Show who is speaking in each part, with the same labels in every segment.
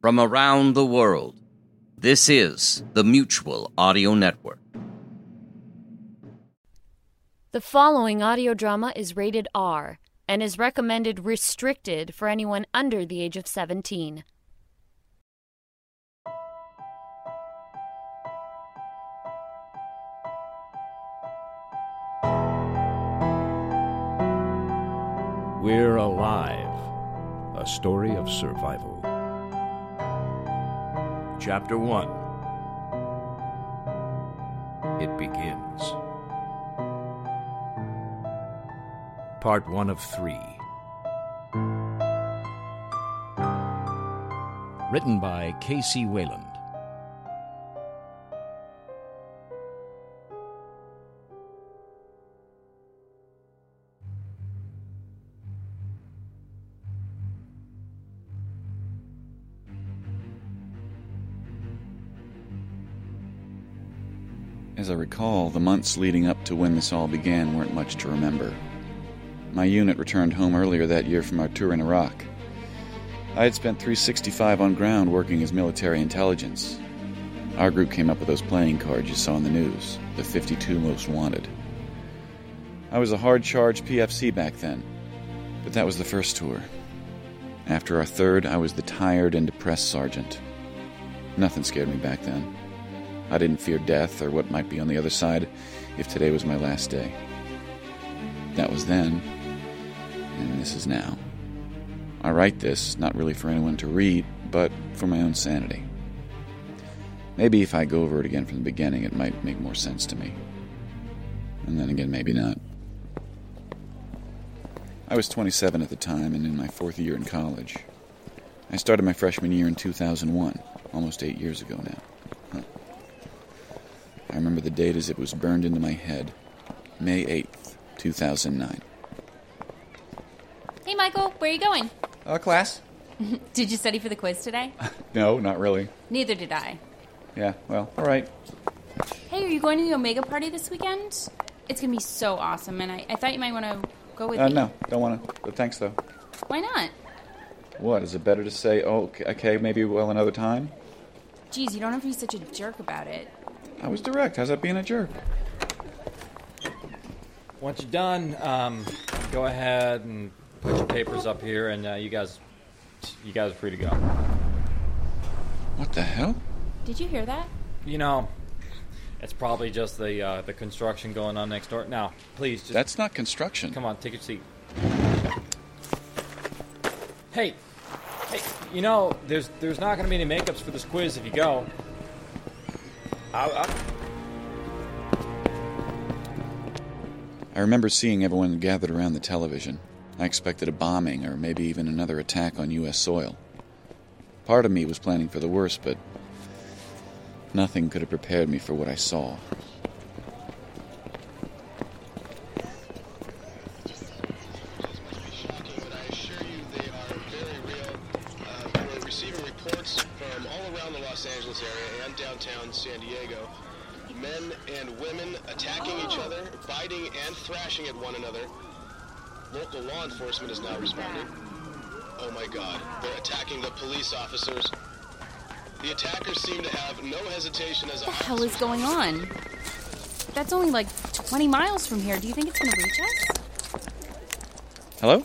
Speaker 1: From around the world, this is the Mutual Audio Network.
Speaker 2: The following audio drama is rated R and is recommended restricted for anyone under the age of 17.
Speaker 3: We're Alive A Story of Survival. Chapter 1 It Begins. Part 1 of 3. Written by Casey Wayland.
Speaker 4: As I recall, the months leading up to when this all began weren't much to remember. My unit returned home earlier that year from our tour in Iraq. I had spent 365 on ground working as military intelligence. Our group came up with those playing cards you saw in the news, the 52 most wanted. I was a hard charge PFC back then, but that was the first tour. After our third, I was the tired and depressed sergeant. Nothing scared me back then. I didn't fear death or what might be on the other side if today was my last day. That was then, and this is now. I write this not really for anyone to read, but for my own sanity. Maybe if I go over it again from the beginning, it might make more sense to me. And then again, maybe not. I was 27 at the time and in my fourth year in college. I started my freshman year in 2001, almost eight years ago now. I remember the date as it was burned into my head May 8th, 2009.
Speaker 5: Hey, Michael, where are you going?
Speaker 4: Uh, class?
Speaker 5: Did you study for the quiz today?
Speaker 4: No, not really.
Speaker 5: Neither did I.
Speaker 4: Yeah, well, all right.
Speaker 5: Hey, are you going to the Omega party this weekend? It's gonna be so awesome, and I, I thought you might want to go with
Speaker 4: Uh,
Speaker 5: me.
Speaker 4: no, don't want to. But thanks, though.
Speaker 5: Why not?
Speaker 4: What? Is it better to say, oh, okay- okay, maybe well another time?
Speaker 5: Geez, you don't have to be such a jerk about it.
Speaker 4: I was direct. How's that being a jerk?
Speaker 6: Once you're done, um, go ahead and put your papers up here, and uh, you guys, you guys are free to go.
Speaker 4: What the hell?
Speaker 5: Did you hear that?
Speaker 6: You know, it's probably just the uh, the construction going on next door. Now, please, just
Speaker 4: That's not construction.
Speaker 6: come on, take your seat. Hey, hey, you know, there's there's not going to be any makeups for this quiz if you go. I, I,
Speaker 4: I remember seeing everyone gathered around the television. I expected a bombing or maybe even another attack on U.S. soil. Part of me was planning for the worst, but nothing could have prepared me for what I saw.
Speaker 7: but I assure you they are very real. Uh, we're receiving reports from all around the Los Angeles area and downtown San Diego. Men and women attacking each other, biting and thrashing at one another. Local law enforcement is now responding. Oh my god, they're attacking the police officers. The attackers seem to have no hesitation as
Speaker 5: What the hell is going on? That's only like 20 miles from here. Do you think it's gonna reach us?
Speaker 4: Hello?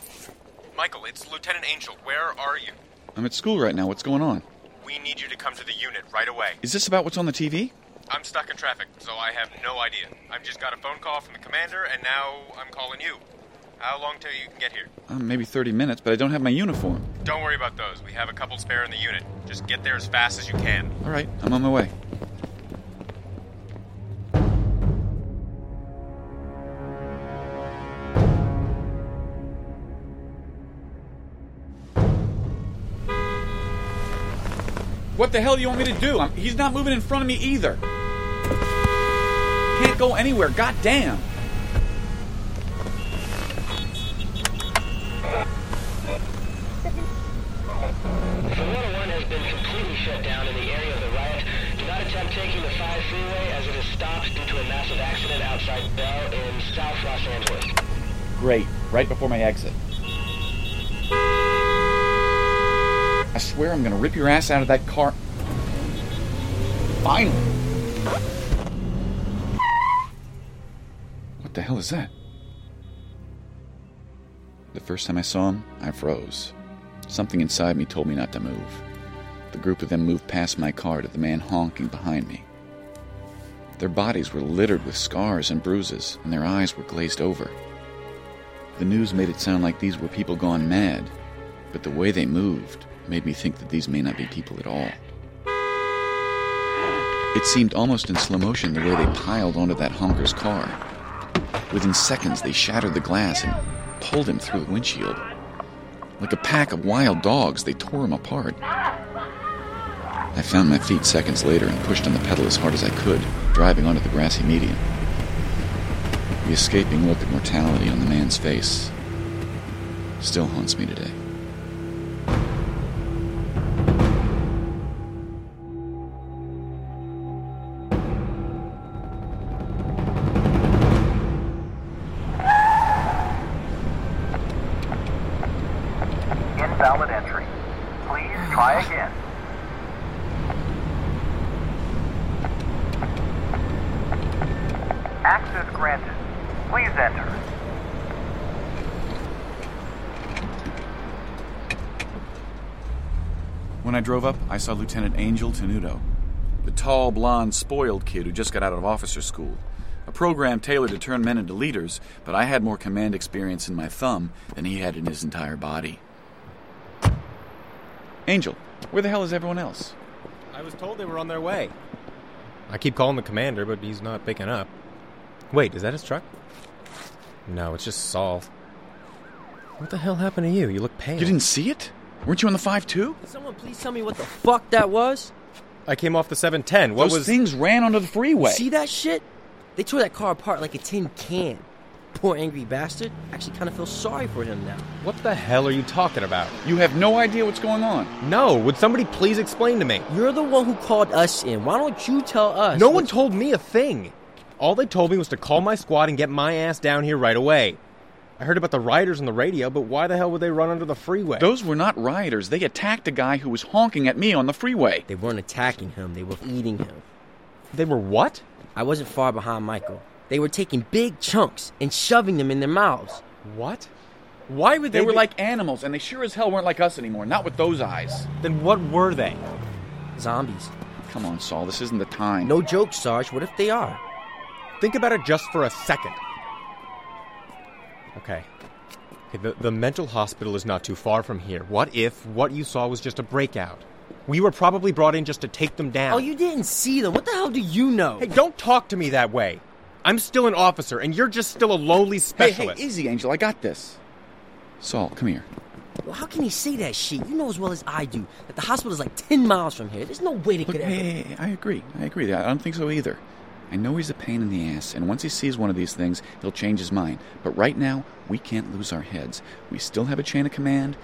Speaker 8: Michael, it's Lieutenant Angel. Where are you?
Speaker 4: I'm at school right now. What's going on?
Speaker 8: We need you to come to the unit right away.
Speaker 4: Is this about what's on the TV?
Speaker 8: I'm stuck in traffic, so I have no idea. I've just got a phone call from the commander, and now I'm calling you. How long till you can get here?
Speaker 4: Uh, maybe 30 minutes, but I don't have my uniform.
Speaker 8: Don't worry about those. We have a couple spare in the unit. Just get there as fast as you can.
Speaker 4: All right, I'm on my way.
Speaker 9: What the hell do you want me to do? I'm, he's not moving in front of me either. Can't go anywhere. Goddamn.
Speaker 10: Loretta 1 has been completely shut down in the area of the riot. Do not attempt taking the 5 freeway as it is stopped due to a massive accident outside Bell in South Los Angeles.
Speaker 4: Great. Right before my exit. I swear I'm gonna rip your ass out of that car. Finally. What the hell is that? The first time I saw him, I froze. Something inside me told me not to move. The group of them moved past my car to the man honking behind me. Their bodies were littered with scars and bruises, and their eyes were glazed over. The news made it sound like these were people gone mad, but the way they moved made me think that these may not be people at all. It seemed almost in slow motion the way they piled onto that honker's car. Within seconds, they shattered the glass and pulled him through the windshield. Like a pack of wild dogs, they tore him apart. I found my feet seconds later and pushed on the pedal as hard as I could, driving onto the grassy median. The escaping look at mortality on the man's face still haunts me today.
Speaker 11: Invalid entry. Please try again. Access granted. Please enter.
Speaker 4: When I drove up, I saw Lieutenant Angel Tenuto, the tall, blonde, spoiled kid who just got out of officer school. A program tailored to turn men into leaders, but I had more command experience in my thumb than he had in his entire body. Angel, where the hell is everyone else?
Speaker 7: I was told they were on their way. I keep calling the commander, but he's not picking up. Wait, is that his truck? No, it's just Saul. What the hell happened to you? You look pale.
Speaker 4: You didn't see it? Weren't you on the 5 2?
Speaker 12: Someone please tell me what the fuck that was?
Speaker 7: I came off the 710. What
Speaker 4: Those
Speaker 7: was.
Speaker 4: things ran onto the freeway.
Speaker 12: See that shit? They tore that car apart like a tin can. Poor angry bastard. Actually kind of feel sorry for him now.
Speaker 7: What the hell are you talking about?
Speaker 4: You have no idea what's going on.
Speaker 7: No, would somebody please explain to me?
Speaker 12: You're the one who called us in. Why don't you tell us?
Speaker 7: No one told me a thing. All they told me was to call my squad and get my ass down here right away. I heard about the rioters on the radio, but why the hell would they run under the freeway?
Speaker 4: Those were not rioters. They attacked a guy who was honking at me on the freeway.
Speaker 12: They weren't attacking him, they were eating him.
Speaker 7: They were what?
Speaker 12: I wasn't far behind Michael. They were taking big chunks and shoving them in their mouths.
Speaker 7: What? Why would
Speaker 4: They,
Speaker 7: they?
Speaker 4: were
Speaker 7: be-
Speaker 4: like animals, and they sure as hell weren't like us anymore. Not with those eyes.
Speaker 7: Then what were they?
Speaker 12: Zombies.
Speaker 4: Come on, Saul. This isn't the time.
Speaker 12: No joke, Sarge. What if they are?
Speaker 7: Think about it just for a second. Okay. okay the, the mental hospital is not too far from here. What if what you saw was just a breakout? We were probably brought in just to take them down.
Speaker 12: Oh, you didn't see them. What the hell do you know?
Speaker 7: Hey, don't talk to me that way. I'm still an officer, and you're just still a lowly
Speaker 4: Hey,
Speaker 7: specialist.
Speaker 4: hey, easy, Angel. I got this. Saul, come here.
Speaker 12: Well, how can he say that shit? You know as well as I do that the hospital is like 10 miles from here. There's no way they
Speaker 4: Look,
Speaker 12: could
Speaker 4: hey,
Speaker 12: ever.
Speaker 4: hey, hey, I agree. I agree. I don't think so either. I know he's a pain in the ass, and once he sees one of these things, he'll change his mind. But right now, we can't lose our heads. We still have a chain of command,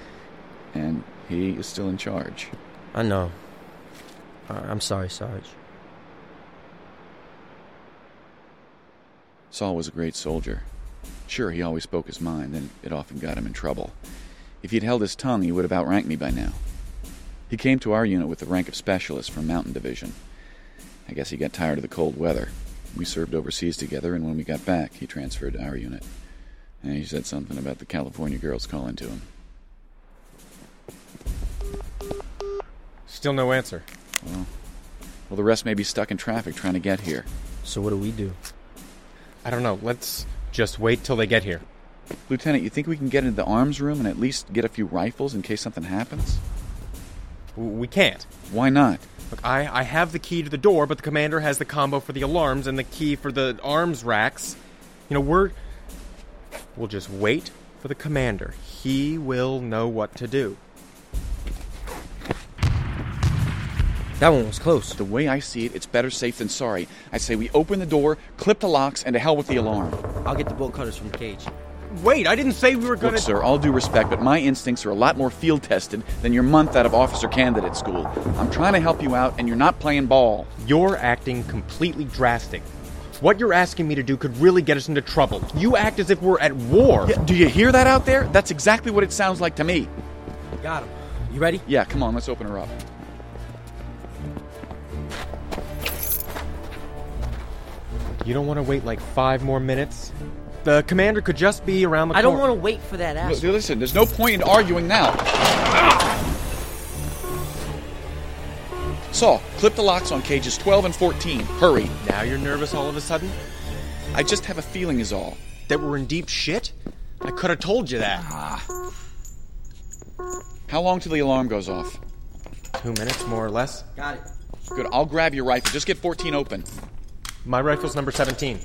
Speaker 4: and he is still in charge.
Speaker 12: I know. Uh, I'm sorry, Sarge.
Speaker 4: Saul was a great soldier. Sure, he always spoke his mind, and it often got him in trouble. If he'd held his tongue, he would have outranked me by now. He came to our unit with the rank of specialist from Mountain Division. I guess he got tired of the cold weather. We served overseas together, and when we got back, he transferred to our unit. And he said something about the California girls calling to him.
Speaker 7: Still no answer.
Speaker 4: Well, well, the rest may be stuck in traffic trying to get here.
Speaker 12: So, what do we do?
Speaker 7: I don't know. Let's just wait till they get here.
Speaker 4: Lieutenant, you think we can get into the arms room and at least get a few rifles in case something happens?
Speaker 7: W- We can't.
Speaker 4: Why not?
Speaker 7: Look, I, I have the key to the door, but the commander has the combo for the alarms and the key for the arms racks. You know, we're. We'll just wait for the commander. He will know what to do.
Speaker 12: That one was close.
Speaker 4: The way I see it, it's better safe than sorry. I say we open the door, clip the locks, and to hell with the alarm.
Speaker 12: I'll get the bolt cutters from the cage.
Speaker 7: Wait, I didn't say we were
Speaker 4: Look, sir, all due respect, but my instincts are a lot more field tested than your month out of officer candidate school. I'm trying to help you out, and you're not playing ball.
Speaker 7: You're acting completely drastic. What you're asking me to do could really get us into trouble. You act as if we're at war.
Speaker 4: Yeah, do you hear that out there? That's exactly what it sounds like to me.
Speaker 12: Got him. You ready?
Speaker 4: Yeah, come on, let's open her up.
Speaker 7: You don't want to wait like five more minutes? The commander could just be around the
Speaker 12: I don't
Speaker 7: corner.
Speaker 12: want to wait for that ass.
Speaker 4: Look, listen, there's no point in arguing now. Saw, clip the locks on cages 12 and 14. Hurry.
Speaker 7: Now you're nervous all of a sudden?
Speaker 4: I just have a feeling, is all.
Speaker 7: That we're in deep shit? I could have told you that.
Speaker 4: How long till the alarm goes off?
Speaker 7: Two minutes, more or less.
Speaker 12: Got it.
Speaker 4: Good, I'll grab your rifle. Just get 14 open.
Speaker 7: My rifle's number 17.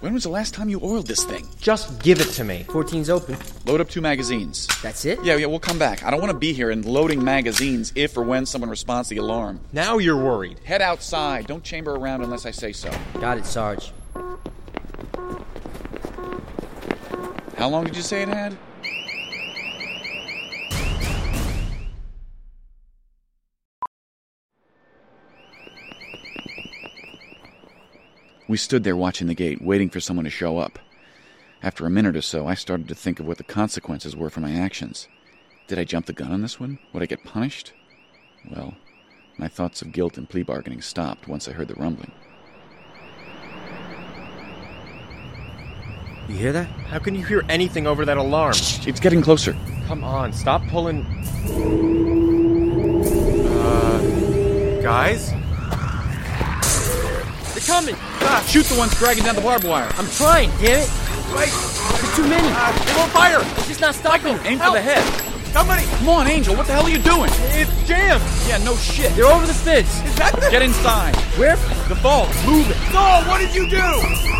Speaker 4: When was the last time you oiled this thing?
Speaker 7: Just give it to me.
Speaker 12: 14's open.
Speaker 4: Load up two magazines.
Speaker 12: That's it?
Speaker 4: Yeah, yeah, we'll come back. I don't want to be here and loading magazines if or when someone responds to the alarm.
Speaker 7: Now you're worried.
Speaker 4: Head outside. Don't chamber around unless I say so.
Speaker 12: Got it, Sarge.
Speaker 4: How long did you say it had? We stood there watching the gate, waiting for someone to show up. After a minute or so, I started to think of what the consequences were for my actions. Did I jump the gun on this one? Would I get punished? Well, my thoughts of guilt and plea bargaining stopped once I heard the rumbling.
Speaker 12: You hear that?
Speaker 7: How can you hear anything over that alarm?
Speaker 4: It's getting closer.
Speaker 7: Come on, stop pulling. Uh, guys?
Speaker 12: They're coming!
Speaker 4: Ah, shoot the ones dragging down the barbed wire.
Speaker 12: I'm trying, damn it! Wait! There's too many!
Speaker 7: Ah, They're on fire!
Speaker 12: it's just not stopping!
Speaker 4: Aim for the head.
Speaker 7: Somebody!
Speaker 4: Come on, Angel. What the hell are you doing?
Speaker 7: It's jammed!
Speaker 4: Yeah, no shit.
Speaker 12: They're over the fence!
Speaker 7: Is that the.
Speaker 4: Get inside.
Speaker 12: Where?
Speaker 4: The vault. Move it.
Speaker 7: Saul, what did you do?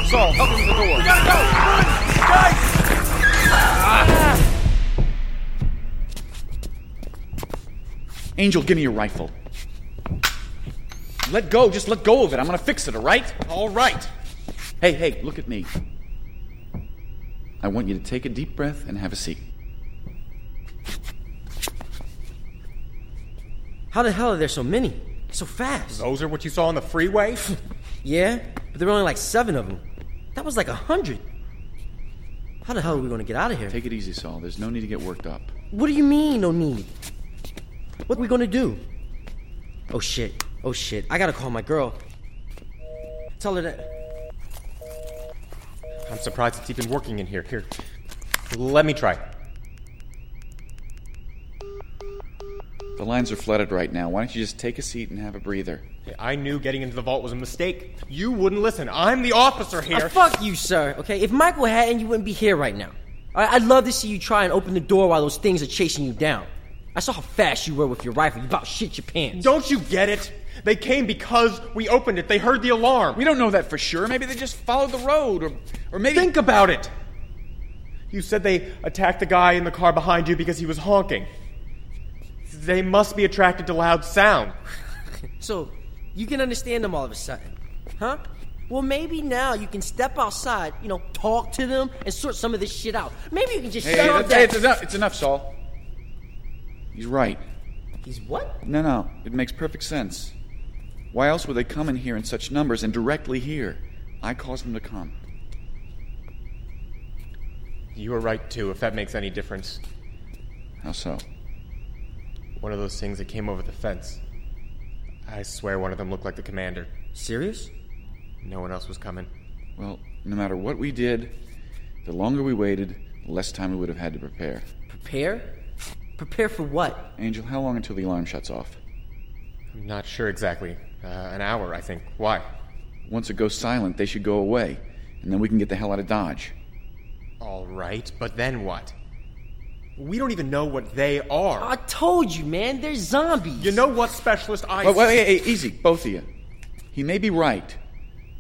Speaker 4: Saul, help him with the door.
Speaker 7: gotta go! Guys!
Speaker 4: Angel, give me your rifle. Let go. Just let go of it. I'm gonna fix it. All right.
Speaker 7: All right.
Speaker 4: Hey, hey. Look at me. I want you to take a deep breath and have a seat.
Speaker 12: How the hell are there so many? So fast!
Speaker 7: Those are what you saw on the freeway?
Speaker 12: Yeah, but there were only like seven of them. That was like a hundred. How the hell are we gonna get out of here?
Speaker 4: Take it easy, Saul. There's no need to get worked up.
Speaker 12: What do you mean, no need? What are we gonna do? Oh shit. Oh shit. I gotta call my girl. Tell her that.
Speaker 7: I'm surprised it's even working in here. Here. Let me try.
Speaker 4: The lines are flooded right now. Why don't you just take a seat and have a breather?
Speaker 7: I knew getting into the vault was a mistake. You wouldn't listen. I'm the officer here.
Speaker 12: Ah, fuck you, sir, okay? If Michael hadn't, you wouldn't be here right now. Alright, I'd love to see you try and open the door while those things are chasing you down. I saw how fast you were with your rifle. You about shit your pants.
Speaker 7: Don't you get it? They came because we opened it. They heard the alarm.
Speaker 4: We don't know that for sure. Maybe they just followed the road, or, or maybe.
Speaker 7: Think about it. You said they attacked the guy in the car behind you because he was honking. They must be attracted to loud sound.
Speaker 12: So, you can understand them all of a sudden, huh? Well, maybe now you can step outside, you know, talk to them and sort some of this shit out. Maybe you can just
Speaker 4: Hey,
Speaker 12: shut up
Speaker 4: that's- hey,
Speaker 12: that.
Speaker 4: it's enough. It's enough, Saul. He's right.
Speaker 12: He's what?
Speaker 4: No, no, it makes perfect sense. Why else would they come in here in such numbers and directly here? I caused them to come.
Speaker 7: You were right, too, if that makes any difference.
Speaker 4: How so?
Speaker 7: One of those things that came over the fence. I swear one of them looked like the commander.
Speaker 12: Serious?
Speaker 7: No one else was coming.
Speaker 4: Well, no matter what we did, the longer we waited, the less time we would have had to prepare.
Speaker 12: Prepare? Prepare for what?
Speaker 4: Angel, how long until the alarm shuts off?
Speaker 7: I'm not sure exactly. Uh, an hour, I think. Why?
Speaker 4: Once it goes silent, they should go away, and then we can get the hell out of Dodge.
Speaker 7: All right, but then what? We don't even know what they are.
Speaker 12: I told you, man, they're zombies.
Speaker 7: you know what, specialist? I.
Speaker 4: Wait, wait, wait, hey, easy, both of you. He may be right.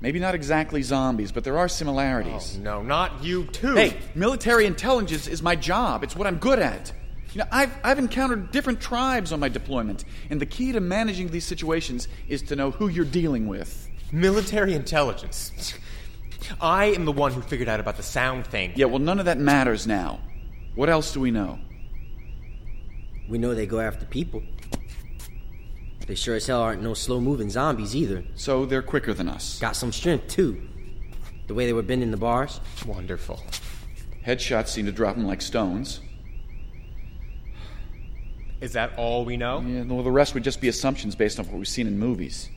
Speaker 4: Maybe not exactly zombies, but there are
Speaker 7: Oh,
Speaker 4: similarities.
Speaker 7: no, not you too.
Speaker 4: Hey, military intelligence is my job. It's what I'm good at. You know, I've, I've encountered different tribes on my deployment, and the key to managing these situations is to know who you're dealing with.
Speaker 7: Military intelligence. I am the one who figured out about the sound thing.
Speaker 4: Yeah, well, none of that matters now. What else do we know?
Speaker 6: We know they go after people. They sure as hell aren't no slow moving zombies either.
Speaker 4: So they're quicker than us.
Speaker 6: Got some strength, too. The way they were bending the bars.
Speaker 7: Wonderful.
Speaker 4: Headshots seem to drop them like stones.
Speaker 7: Is that all we know?
Speaker 4: Yeah, well, the rest would just be assumptions based on what we've seen in movies.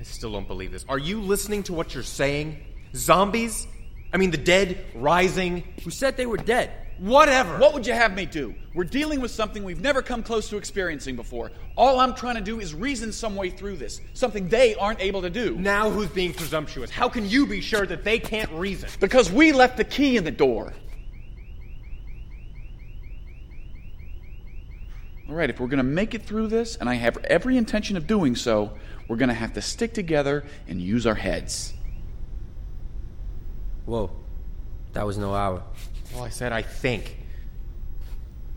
Speaker 7: I still don't believe this. Are you listening to what you're saying? Zombies? I mean, the dead rising?
Speaker 6: Who said they were dead?
Speaker 7: Whatever.
Speaker 4: What would you have me do? We're dealing with something we've never come close to experiencing before. All I'm trying to do is reason some way through this, something they aren't able to do.
Speaker 7: Now, who's being presumptuous? How can you be sure that they can't reason?
Speaker 4: Because we left the key in the door. All right, if we're going to make it through this, and I have every intention of doing so, we're going to have to stick together and use our heads.
Speaker 6: Whoa, that was no hour.
Speaker 7: Well, I said I think.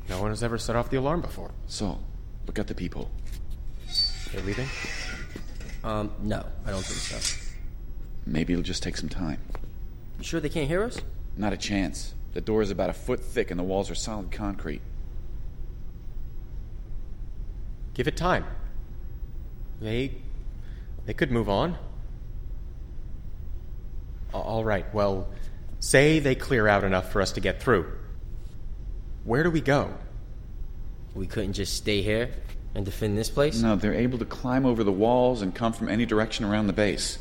Speaker 7: No one has ever set off the alarm before.
Speaker 4: So, look at the people.
Speaker 7: They're leaving?
Speaker 6: Um, no, I don't think so.
Speaker 4: Maybe it'll just take some time.
Speaker 6: You sure they can't hear us?
Speaker 4: Not a chance. The door is about a foot thick and the walls are solid concrete.
Speaker 7: Give it time. They. they could move on. A- All right, well, say they clear out enough for us to get through. Where do we go?
Speaker 6: We couldn't just stay here and defend this place?
Speaker 4: No, they're able to climb over the walls and come from any direction around the base.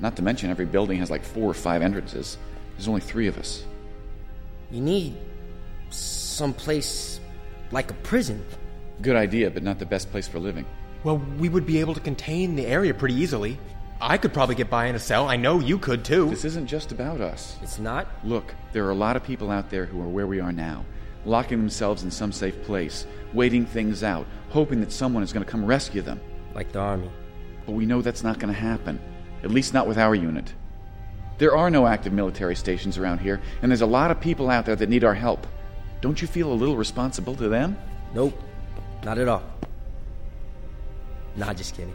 Speaker 4: Not to mention, every building has like four or five entrances. There's only three of us.
Speaker 6: You need someplace like a prison.
Speaker 4: Good idea, but not the best place for living.
Speaker 7: Well, we would be able to contain the area pretty easily. I could probably get by in a cell. I know you could too.
Speaker 4: This isn't just about us.
Speaker 6: It's not?
Speaker 4: Look, there are a lot of people out there who are where we are now, locking themselves in some safe place, waiting things out, hoping that someone is going to come rescue them.
Speaker 6: Like the army.
Speaker 4: But we know that's not going to happen, at least not with our unit. There are no active military stations around here, and there's a lot of people out there that need our help. Don't you feel a little responsible to them?
Speaker 6: Nope, not at all. Nah, just kidding.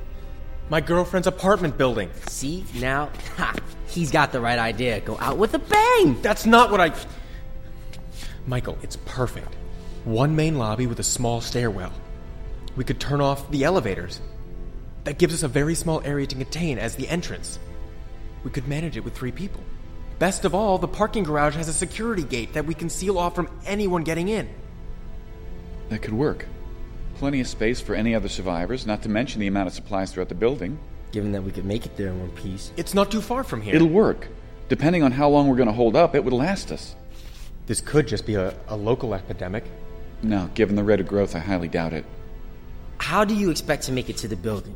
Speaker 7: My girlfriend's apartment building.
Speaker 6: See, now, ha, he's got the right idea. Go out with a bang!
Speaker 7: That's not what I. Michael, it's perfect. One main lobby with a small stairwell. We could turn off the elevators. That gives us a very small area to contain as the entrance. We could manage it with three people. Best of all, the parking garage has a security gate that we can seal off from anyone getting in.
Speaker 4: That could work. Plenty of space for any other survivors, not to mention the amount of supplies throughout the building.
Speaker 6: Given that we could make it there in one piece.
Speaker 7: It's not too far from here.
Speaker 4: It'll work. Depending on how long we're going to hold up, it would last us.
Speaker 7: This could just be a, a local epidemic.
Speaker 4: No, given the rate of growth, I highly doubt it.
Speaker 6: How do you expect to make it to the building?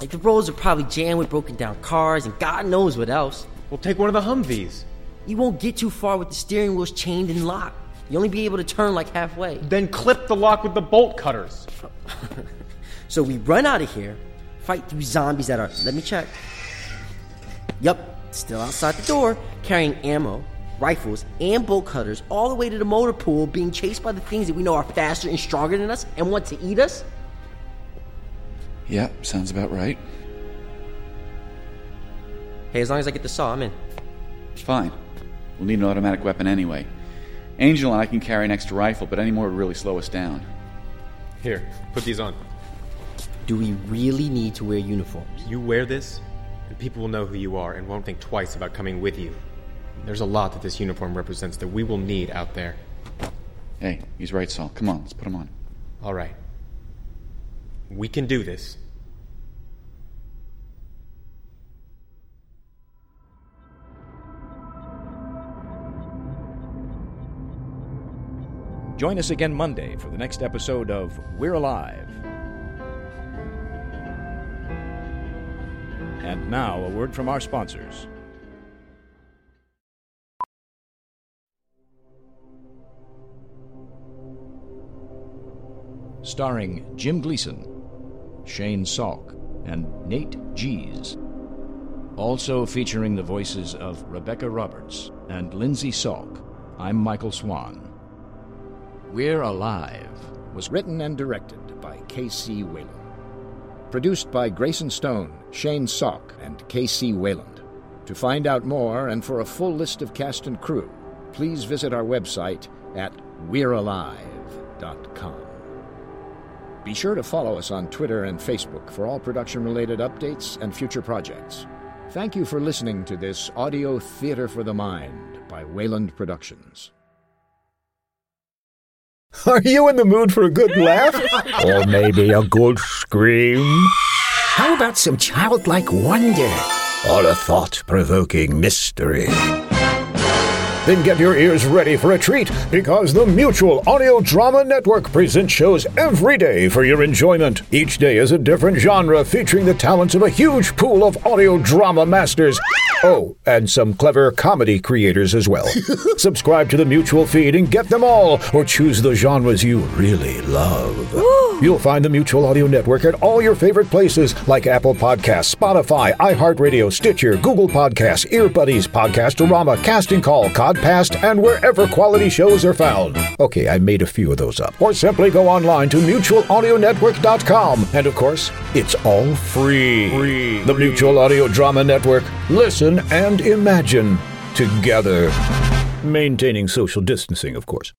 Speaker 6: Like, the roads are probably jammed with broken down cars and God knows what else.
Speaker 7: We'll take one of the Humvees.
Speaker 6: You won't get too far with the steering wheels chained and locked. You'll only be able to turn like halfway.
Speaker 7: Then clip the lock with the bolt cutters.
Speaker 6: So we run out of here, fight through zombies that are, let me check. Yep, still outside the door, carrying ammo, rifles, and bolt cutters all the way to the motor pool, being chased by the things that we know are faster and stronger than us and want to eat us?
Speaker 4: Yep, sounds about right.
Speaker 6: Hey, as long as I get the saw, I'm in.
Speaker 4: Fine. We'll need an automatic weapon anyway. Angel and I can carry an extra rifle, but any more would really slow us down.
Speaker 7: Here, put these on.
Speaker 6: Do we really need to wear uniforms?
Speaker 7: You wear this, and people will know who you are and won't think twice about coming with you. There's a lot that this uniform represents that we will need out there.
Speaker 4: Hey, he's right, Saul. Come on, let's put him on.
Speaker 7: All right. We can do this.
Speaker 3: Join us again Monday for the next episode of We're Alive. And now, a word from our sponsors. Starring Jim Gleason, Shane Salk, and Nate Gies. Also featuring the voices of Rebecca Roberts and Lindsay Salk. I'm Michael Swan. We're alive.
Speaker 13: was written and directed by K.C. Whalen. Produced by Grayson Stone, Shane Salk, and K.C. Wayland. To find out more and for a full list of cast and crew, please visit our website at we'realive.com. Be sure to follow us on Twitter and Facebook for all production related updates and future projects. Thank you for listening to this audio theater for the mind by Wayland Productions.
Speaker 3: Are you in the mood for a good laugh? or maybe a good scream? How about some childlike wonder? Or a thought provoking mystery? Then get your ears ready for a treat because the Mutual Audio Drama Network presents shows every day for your enjoyment. Each day is a different genre featuring the talents of a huge pool of audio drama masters. Oh, and some clever comedy creators as well. Subscribe to the Mutual feed and get them all, or choose the genres you really love. You'll find the Mutual Audio Network at all your favorite places like Apple Podcasts, Spotify, iHeartRadio, Stitcher, Google Podcasts, Earbuddies, Podcastorama, Casting Call, Codcast, and wherever quality shows are found. Okay, I made a few of those up. Or simply go online to mutualaudionetwork.com. And of course, it's all free. The Mutual Audio Drama Network. Listen and imagine together. Maintaining social distancing, of course.